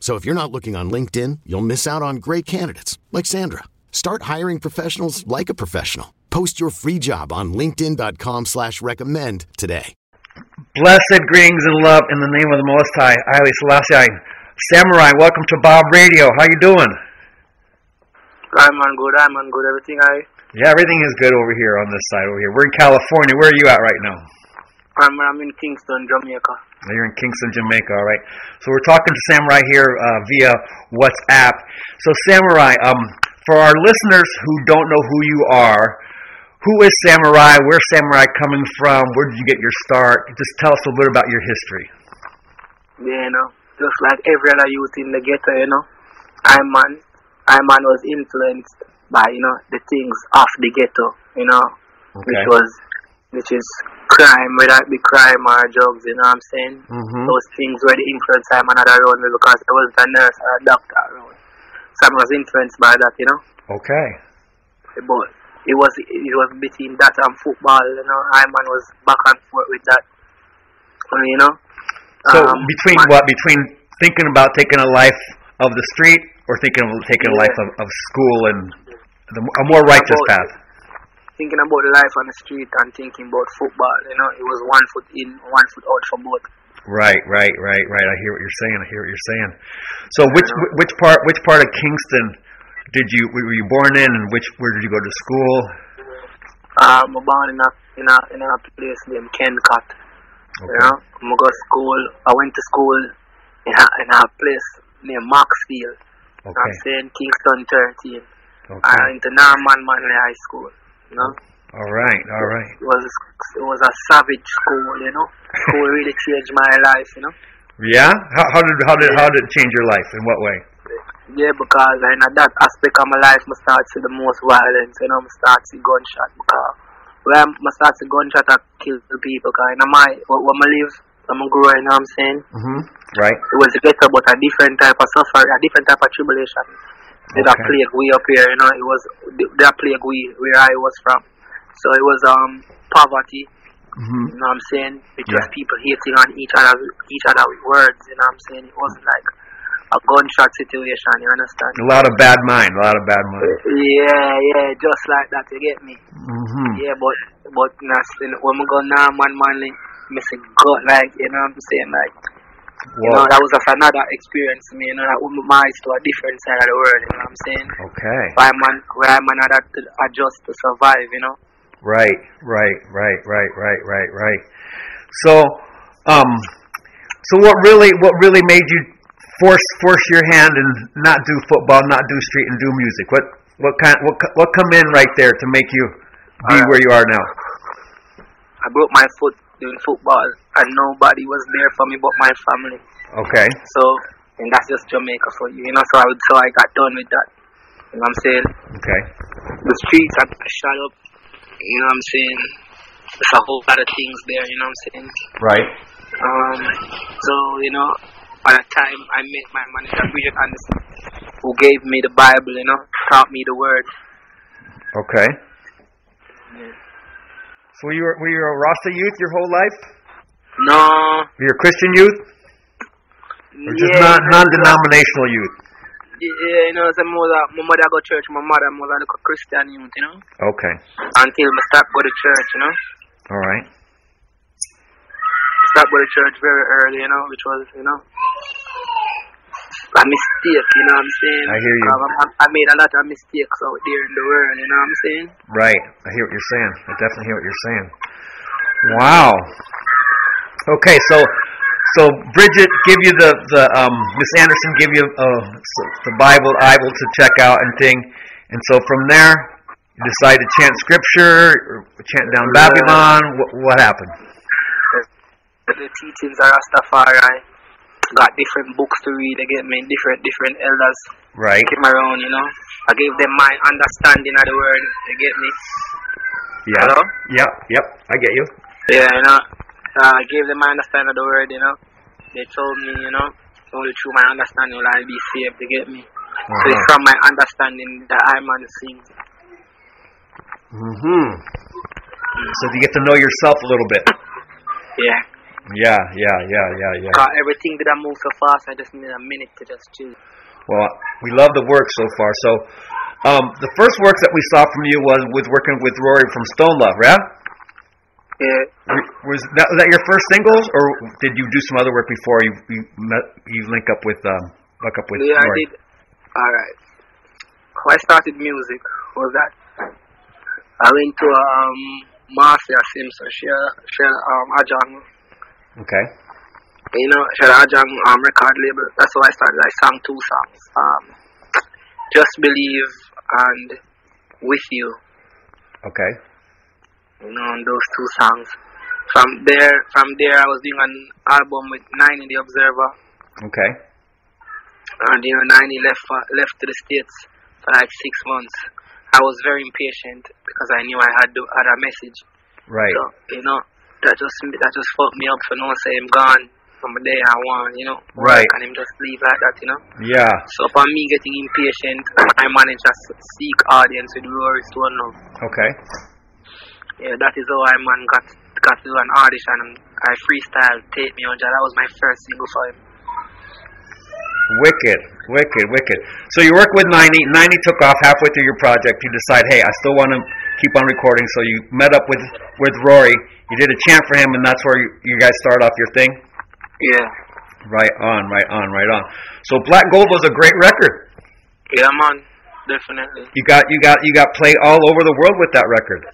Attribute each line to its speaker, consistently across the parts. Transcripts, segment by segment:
Speaker 1: So if you're not looking on LinkedIn, you'll miss out on great candidates like Sandra. Start hiring professionals like a professional. Post your free job on linkedin.com/recommend slash recommend today.
Speaker 2: Blessed greetings and love in the name of the Most High, Haile Selassie. Samurai, welcome to Bob Radio. How you doing?
Speaker 3: I'm on good. I'm on good. Everything I
Speaker 2: Yeah, everything is good over here on this side over here. We're in California. Where are you at right now?
Speaker 3: I'm I'm in Kingston, Jamaica.
Speaker 2: Now You're in Kingston, Jamaica, all right. So we're talking to Samurai here uh, via WhatsApp. So Samurai, um, for our listeners who don't know who you are, who is Samurai? Where's Samurai coming from? Where did you get your start? Just tell us a little bit about your history.
Speaker 3: You know, just like every other youth in the ghetto, you know, I'm man. I'm man was influenced by you know the things of the ghetto, you know, which was which is crime, whether it be crime or drugs. You know what I'm saying?
Speaker 2: Mhm.
Speaker 3: Those things were the influence I'm another around me because I was a nurse or a doctor around. So I was influenced by that, you know.
Speaker 2: Okay.
Speaker 3: But it was it was between that and football, you know. I man was back and forth with that, Uh, you know.
Speaker 2: So
Speaker 3: Um,
Speaker 2: between what? Between thinking about taking a life of the street or thinking of taking a life of, of school and the, a more righteous
Speaker 3: About-
Speaker 2: path?
Speaker 3: thinking about life on the street and thinking about football. You know, it was one foot in, one foot out for both.
Speaker 2: Right, right, right, right. I hear what you're saying. I hear what you're saying. So which which part which part of Kingston did you were you born in, and which where did you go to school?
Speaker 3: Um, I'm born in a in a in a place named Kennicott. You know, I go to school. I went to school in a, in a place named Maxfield. You know what I'm
Speaker 2: Okay.
Speaker 3: saying Kingston 13. I
Speaker 2: Okay.
Speaker 3: went to Norman Manley High School. You know,
Speaker 2: All right. All right.
Speaker 3: it was it was a savage school. You know, school really changed my life. You know.
Speaker 2: Yeah. How, how did how did how did it change your life? In what way?
Speaker 3: Yeah, because in that aspect of my life, I start to see the most violence, you know, I start to see gunshot. Because when I start to gunshot, I kill the people. Because in my, when I live, I'm growing, you know what I'm saying?
Speaker 2: Mm-hmm. Right.
Speaker 3: It was a ghetto, but a different type of suffering, a different type of tribulation. There's a
Speaker 2: Okay.
Speaker 3: plague way up here, you know, it was the plague we where I was from. So it was um poverty,
Speaker 2: Mm-hmm.
Speaker 3: you know what I'm saying? Because
Speaker 2: Yeah.
Speaker 3: people hating on each other, each other with words, you know what I'm saying? It wasn't like a gunshot situation, you understand?
Speaker 2: A lot of bad mind. A lot of bad mind.
Speaker 3: Yeah, yeah, just like that, you get me?
Speaker 2: Mm-hmm.
Speaker 3: Yeah, but but nothing. When we go now, man, man, like, me say God, like you know what I'm saying, like you know
Speaker 2: Well,
Speaker 3: that was just another experience, me. You know that opened my eyes to a different side of the world. You know what I'm saying?
Speaker 2: okay.
Speaker 3: Why man, why man had to adjust to survive, you know?
Speaker 2: Right, right, right, right, right, right, right. So, um, so what really, what really made you force force your hand and not do football, not do street, and do music? What what kind what co- what come in right there to make you be where you are now?
Speaker 3: I broke my foot doing football, and nobody was there for me but my family.
Speaker 2: Okay,
Speaker 3: So, and that's just Jamaica for you, you know. So I would, so I got done with that. You know what I'm saying?
Speaker 2: okay,
Speaker 3: the streets are shut up. You know what I'm saying? It's a whole lot of things there. You know what I'm saying?
Speaker 2: right,
Speaker 3: Um, so you know, by the time I met my manager, Bridget Anderson, who gave me the Bible, you know, taught me the word.
Speaker 2: okay. So you were were you a Rasta youth your whole life?
Speaker 3: No,
Speaker 2: Were you a Christian youth, or just non
Speaker 3: yeah, you
Speaker 2: non
Speaker 3: know,
Speaker 2: denominational youth?
Speaker 3: Yeah, you know, so my mother, my mother go church. My mother, my mother go Christian youth, you know,
Speaker 2: Okay,
Speaker 3: until I start go to church, you know.
Speaker 2: all right.
Speaker 3: Start go to church very early, you know, which was, you know, a mistake, you know what I'm saying? Um,
Speaker 2: I hear you.
Speaker 3: I, I made a lot of mistakes out there in the world, you know what I'm saying?
Speaker 2: Right. I hear what you're saying. I definitely hear what you're saying. Wow. Okay, so so Bridget give you the the um, Miss Anderson give you uh, s- the Bible Bible to check out and thing, and so from there you decide to chant scripture, or chant down
Speaker 3: Yeah.
Speaker 2: Babylon. What, what happened?
Speaker 3: The teachings of Rastafari. Got different books to read, they get me different different elders
Speaker 2: Right.
Speaker 3: came around, you know. I gave them my understanding of the word, they get me.
Speaker 2: Yeah.
Speaker 3: Hello?
Speaker 2: Yep. Yep. I get you.
Speaker 3: Yeah, you know, uh, I gave them my understanding of the word, you know. They told me, you know, only through my understanding will I be saved, you get me. So it's
Speaker 2: Uh-huh.
Speaker 3: from my understanding that I'm on the scene.
Speaker 2: hmm So you get to know yourself a little bit.
Speaker 3: Yeah.
Speaker 2: Yeah. Yeah. Yeah. Yeah. Yeah.
Speaker 3: Cause everything did I move so fast, I just need a minute to just chill.
Speaker 2: Well, we love the work so far. So, um, the first work that we saw from you was with working with Rory from Stone Love, yeah?
Speaker 3: Yeah.
Speaker 2: Were- Was that, was that your first singles, or did you do some other work before you you, met, you link up with um, link up with
Speaker 3: yeah, I
Speaker 2: Rory?
Speaker 3: did. Alright. How I started music was that I went to um Marcia Simpson, she had, she had um Ajang
Speaker 2: Okay.
Speaker 3: you know, Sharajang um, record label. That's why I started. I sang two songs, um, "Just Believe" and "With You."
Speaker 2: Okay.
Speaker 3: You know, and those two songs. From there, from there, I was doing an album with Nine in the Observer,
Speaker 2: Okay.
Speaker 3: and you know, Nine left for, left to the states for like six months. I was very impatient because I knew I had to, had a message.
Speaker 2: Right.
Speaker 3: So, you know, that just that just fucked me up for no say I'm gone from the day I want. You know,
Speaker 2: Right.
Speaker 3: And him just leave like that. You know.
Speaker 2: Yeah.
Speaker 3: So for me getting impatient, I manage to seek audience with Rory Stone now.
Speaker 2: Okay.
Speaker 3: Yeah, that is how I man got got to do an audition. I freestyle, take me on. That was my first single for him.
Speaker 2: Wicked. Wicked. Wicked. So you work with 90. 90 E took off halfway through your project. You decide, hey, I still want to keep on recording. So you met up with with Rory. You did a chant for him, and that's where you, you guys start off your thing.
Speaker 3: Yeah,
Speaker 2: Right on, right on, right on. So Black Gold was a great record.
Speaker 3: yeah, man, definitely.
Speaker 2: You got you got you got play all over the world with that record.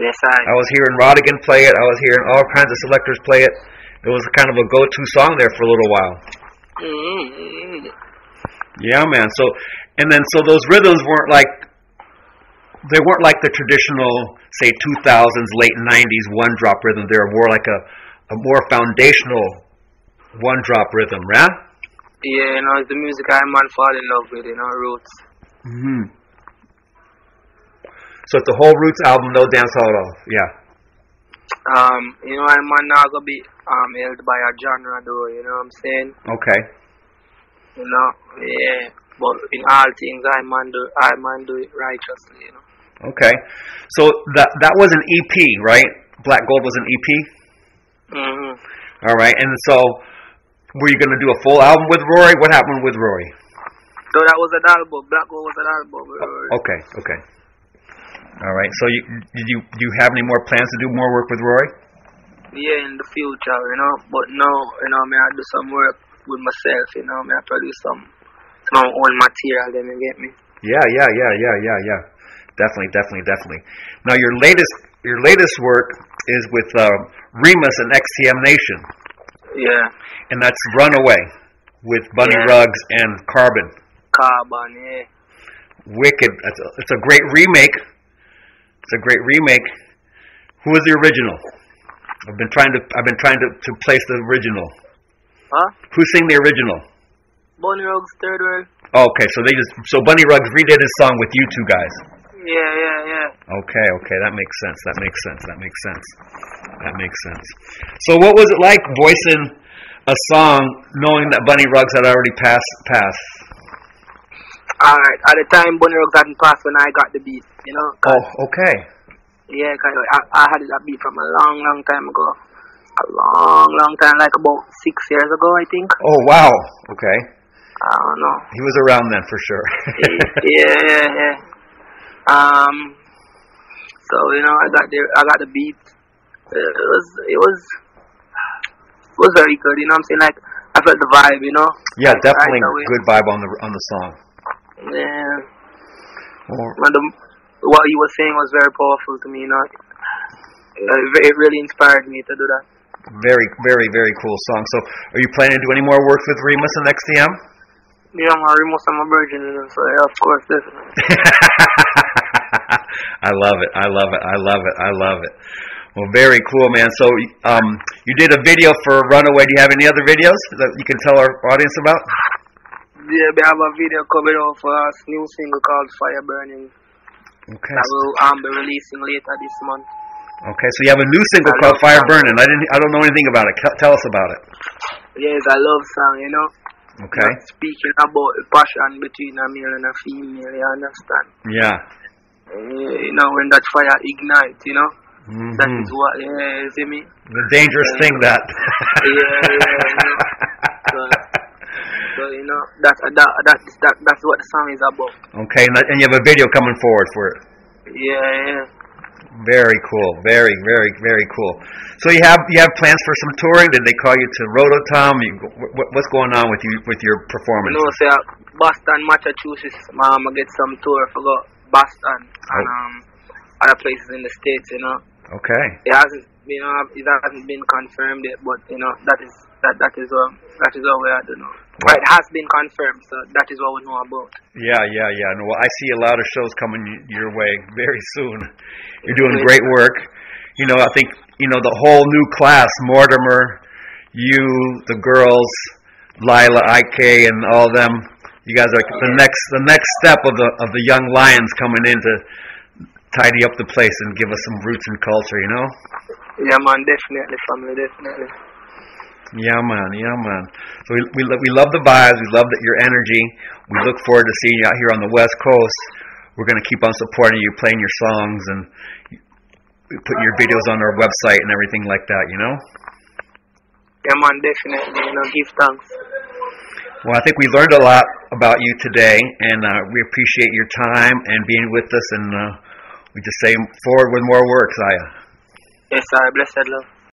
Speaker 3: Yes,
Speaker 2: I
Speaker 3: I.
Speaker 2: was hearing Rodigan play it. I was hearing all kinds of selectors play it. It was kind of a go-to song there for a little while.
Speaker 3: Mm-hmm.
Speaker 2: Yeah, man. So and then so those rhythms weren't like they weren't like the traditional say 2000s late 90s one drop rhythm. They were more like a a more foundational one drop rhythm, right?
Speaker 3: Yeah, you know, it's the music I man fall in love with. You know, roots.
Speaker 2: Mm-hmm. So it's the whole Roots album, no dance hall at all. Yeah.
Speaker 3: Um, you know, I man not gonna be um held by a genre though. You know what I'm saying?
Speaker 2: Okay.
Speaker 3: You know, yeah. But in all things, I man do I man do it righteously. You know.
Speaker 2: Okay. So that that was an EP, right? Black Gold was an EP.
Speaker 3: Mm-hmm.
Speaker 2: All right. And so were you going to do a full album with Rory? What happened with Rory?
Speaker 3: No, that was an album. Black Gold was an album. bro.
Speaker 2: Okay. Okay. All right. So you did you do you have any more plans to do more work with Rory?
Speaker 3: Yeah, in the future, you know. But now, you know, me I do some work with myself. You know, me I produce some some of my own material. Then you get me.
Speaker 2: Yeah, yeah, yeah, yeah, yeah, yeah. Definitely, definitely, definitely. Now your latest your latest work is with um, Remus and XTM Nation.
Speaker 3: Yeah,
Speaker 2: and that's Runaway with Bunny
Speaker 3: Yeah.
Speaker 2: Ruggs and Carbon.
Speaker 3: carbon. Yeah,
Speaker 2: Wicked. It's a, it's a great remake. It's a great remake. Who was the original? I've been trying to I've been trying to, to place the original.
Speaker 3: huh?
Speaker 2: Who sang the original? Oh,
Speaker 3: Bonnie Rogues Third World.
Speaker 2: Okay, so they just so Bunny Ruggs redid his song with you two guys.
Speaker 3: Yeah, yeah, yeah.
Speaker 2: Okay, okay, that makes sense. That makes sense. That makes sense. That makes sense. So what was it like voicing a song knowing that Bunny Ruggs had already passed passed?
Speaker 3: All right. At the time, Bonnie Rogues hadn't passed when I got the beat. You know. 'cause-
Speaker 2: Oh, okay.
Speaker 3: Yeah, 'cause I, I had that beat from a long, long time ago. A long, long time, like about six years ago, I think.
Speaker 2: Oh wow. Okay.
Speaker 3: I don't know.
Speaker 2: He was around then for sure.
Speaker 3: yeah, yeah, yeah. Um. So you know, I got the I got the beat. It was it was it was very good. You know what I'm saying? Like I I felt the vibe, you know.
Speaker 2: Yeah, definitely
Speaker 3: away.
Speaker 2: good vibe on the on the song.
Speaker 3: Yeah.
Speaker 2: Or,
Speaker 3: And the, what you were saying was very powerful to me, you know. Uh, It, re- it really inspired me to do that.
Speaker 2: very, very, very cool song. So, are you planning to do any more work with Remus and XTM?
Speaker 3: You know, my remote, I'm a virgin, you know, so yeah, of course, definitely.
Speaker 2: I love it. I love it. I love it. I love it. Well, very cool, man. So, um, you did a video for Runaway. Do you have any other videos that you can tell our audience about?
Speaker 3: Yeah, we have a video coming out for us new single called Fire Burning
Speaker 2: Okay.
Speaker 3: that will um, be releasing later this month.
Speaker 2: Okay. So you have a new single
Speaker 3: I
Speaker 2: called
Speaker 3: love
Speaker 2: Fire
Speaker 3: that.
Speaker 2: Burning. I didn't. I don't know anything about it. Tell- Tell us about it.
Speaker 3: Yeah, it's a love song, you know.
Speaker 2: Okay.
Speaker 3: That's Speaking about the passion between a male and a female, you understand?
Speaker 2: Yeah.
Speaker 3: Yeah, you know, when that fire ignites, you know,
Speaker 2: Mhm.
Speaker 3: that is what, yeah, you see me?
Speaker 2: The dangerous thing that.
Speaker 3: yeah, yeah. So, you know, that, that, that, that, that's what the song is about.
Speaker 2: okay, and, that- and you have a video coming forward for it.
Speaker 3: Yeah, yeah.
Speaker 2: Very cool. Very, very, very cool. So you have you have plans for some touring? Did they call you to Rototom? You, what, what's going on with you with your
Speaker 3: You
Speaker 2: performance?
Speaker 3: know, say uh, Boston, Massachusetts, um, I get some tour, I forgot, Boston, and um, other places in the States, you know.
Speaker 2: Okay.
Speaker 3: It hasn't, you know, it hasn't been confirmed yet, but, you know, that is, that, that is, um, that is what we are, you know. But it has been confirmed, so that is what we know about.
Speaker 2: Yeah, yeah, yeah. No, well, I see a lot of shows coming y- your way very soon. You're doing great work. You know, I think you know the whole new class: Mortimer, you, the girls, Lila, Ik, and all them. You guys are the next the next step of the of the young lions coming in to tidy up the place and give us some roots and culture. You know.
Speaker 3: Yeah, man, definitely, family, definitely.
Speaker 2: Yeah, man. Yeah, man. So we we, lo- we love the vibes. We love that your energy. We look forward to seeing you out here on the West Coast. We're gonna keep on supporting you, playing your songs, and putting your videos on our website and everything like that. You know.
Speaker 3: Yeah, man, definitely, you know, give thanks.
Speaker 2: Well, I think we learned a lot about you today, and uh, we appreciate your time and being with us. And uh, we just say forward with more work, Zaya.
Speaker 3: Yes, sir, blessed love.